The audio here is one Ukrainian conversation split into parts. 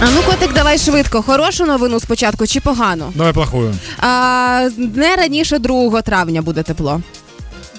А ну, котик, давай швидко. Хорошу новину спочатку чи погано? Давай плохую. А, не раніше 2 травня буде тепло.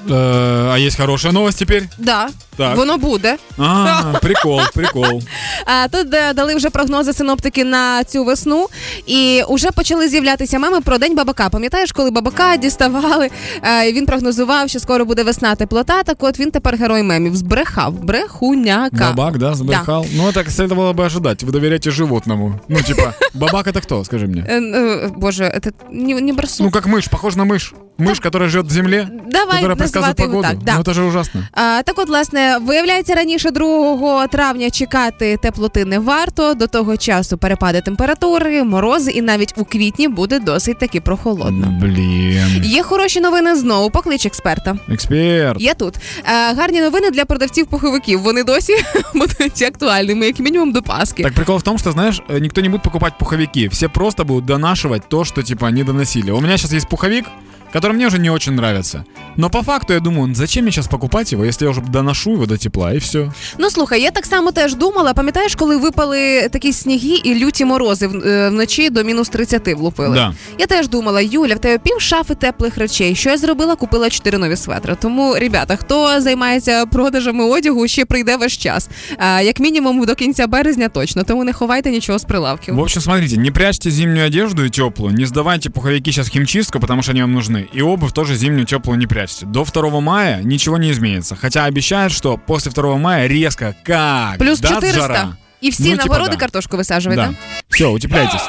Э, А есть хорошая новость теперь? Да, Так. воно буде. А, прикол, прикол. А, тут е, дали вже прогнози синоптики на цю весну, і вже почали з'являтися меми про день бабака. Пам'ятаєш, коли бабака діставали? е, і він прогнозував, що скоро буде весна теплота. Так от він тепер герой мемів. Збрехав брехуняка. Бабак, да, сбрехал. Ну, так следовало бы ожидать. Вы доверяете животному. Ну, типа, бабак это кто, скажи мне? Е, е, Боже, это не, не барсук. Ну, как мышь, похож на мышь. Мышь, которая живет в земле, Ну, Давай которая предсказывает назвати його погоду. так. Да. Ну, это же ужасно. А, так от, власне, виявляється, раніше 2 травня чекати теплоти не варто. До того часу перепади температури, морози, і навіть у квітні буде досить таки прохолодно. Блин. Є хороші новини знову. Поклич експерта. Эксперт. Я тут. Е, гарні новини для продавців пуховиків. Вони досі будуть актуальними, як мінімум до Пасхи. Так прикол в том, что, знаешь, э, никто не будет покупать пуховики. Все просто будут донашивать то, что, типа, не доносили. У меня сейчас есть пуховик, который мне уже не очень нравится. Но по факту я думаю, «Ну, зачем мне сейчас покупать его, если я уже доношу его до тепла, и все. Ну слухай, я так само теж думала. Пам'ятаєш, коли випали такі сніги і люті морози в- е, вночі до мінус 30 влупили. Да. Я теж думала, Юля, в тебе пів шафи теплих речей. Що я зробила? Купила чотири нові светри. Тому, ребята, хто займається продажами одягу, ще прийде ваш час. А, як мінімум до кінця березня точно. Тому не ховайте нічого з прилавків. В общем, смотрите, не прячьте зимнюю одежду и теплую, не сдавайте пуховики сейчас в химчистку, потому что они вам нужны. И обувь тоже зимнюю теплую не прячьте. До 2 мая ничего не изменится. Хотя обещают, что после 2 мая резко как Плюс даст 400. жара. І всі Ну, типа, нагороди да. картошку висаджуєте. Все, утепляйтесь.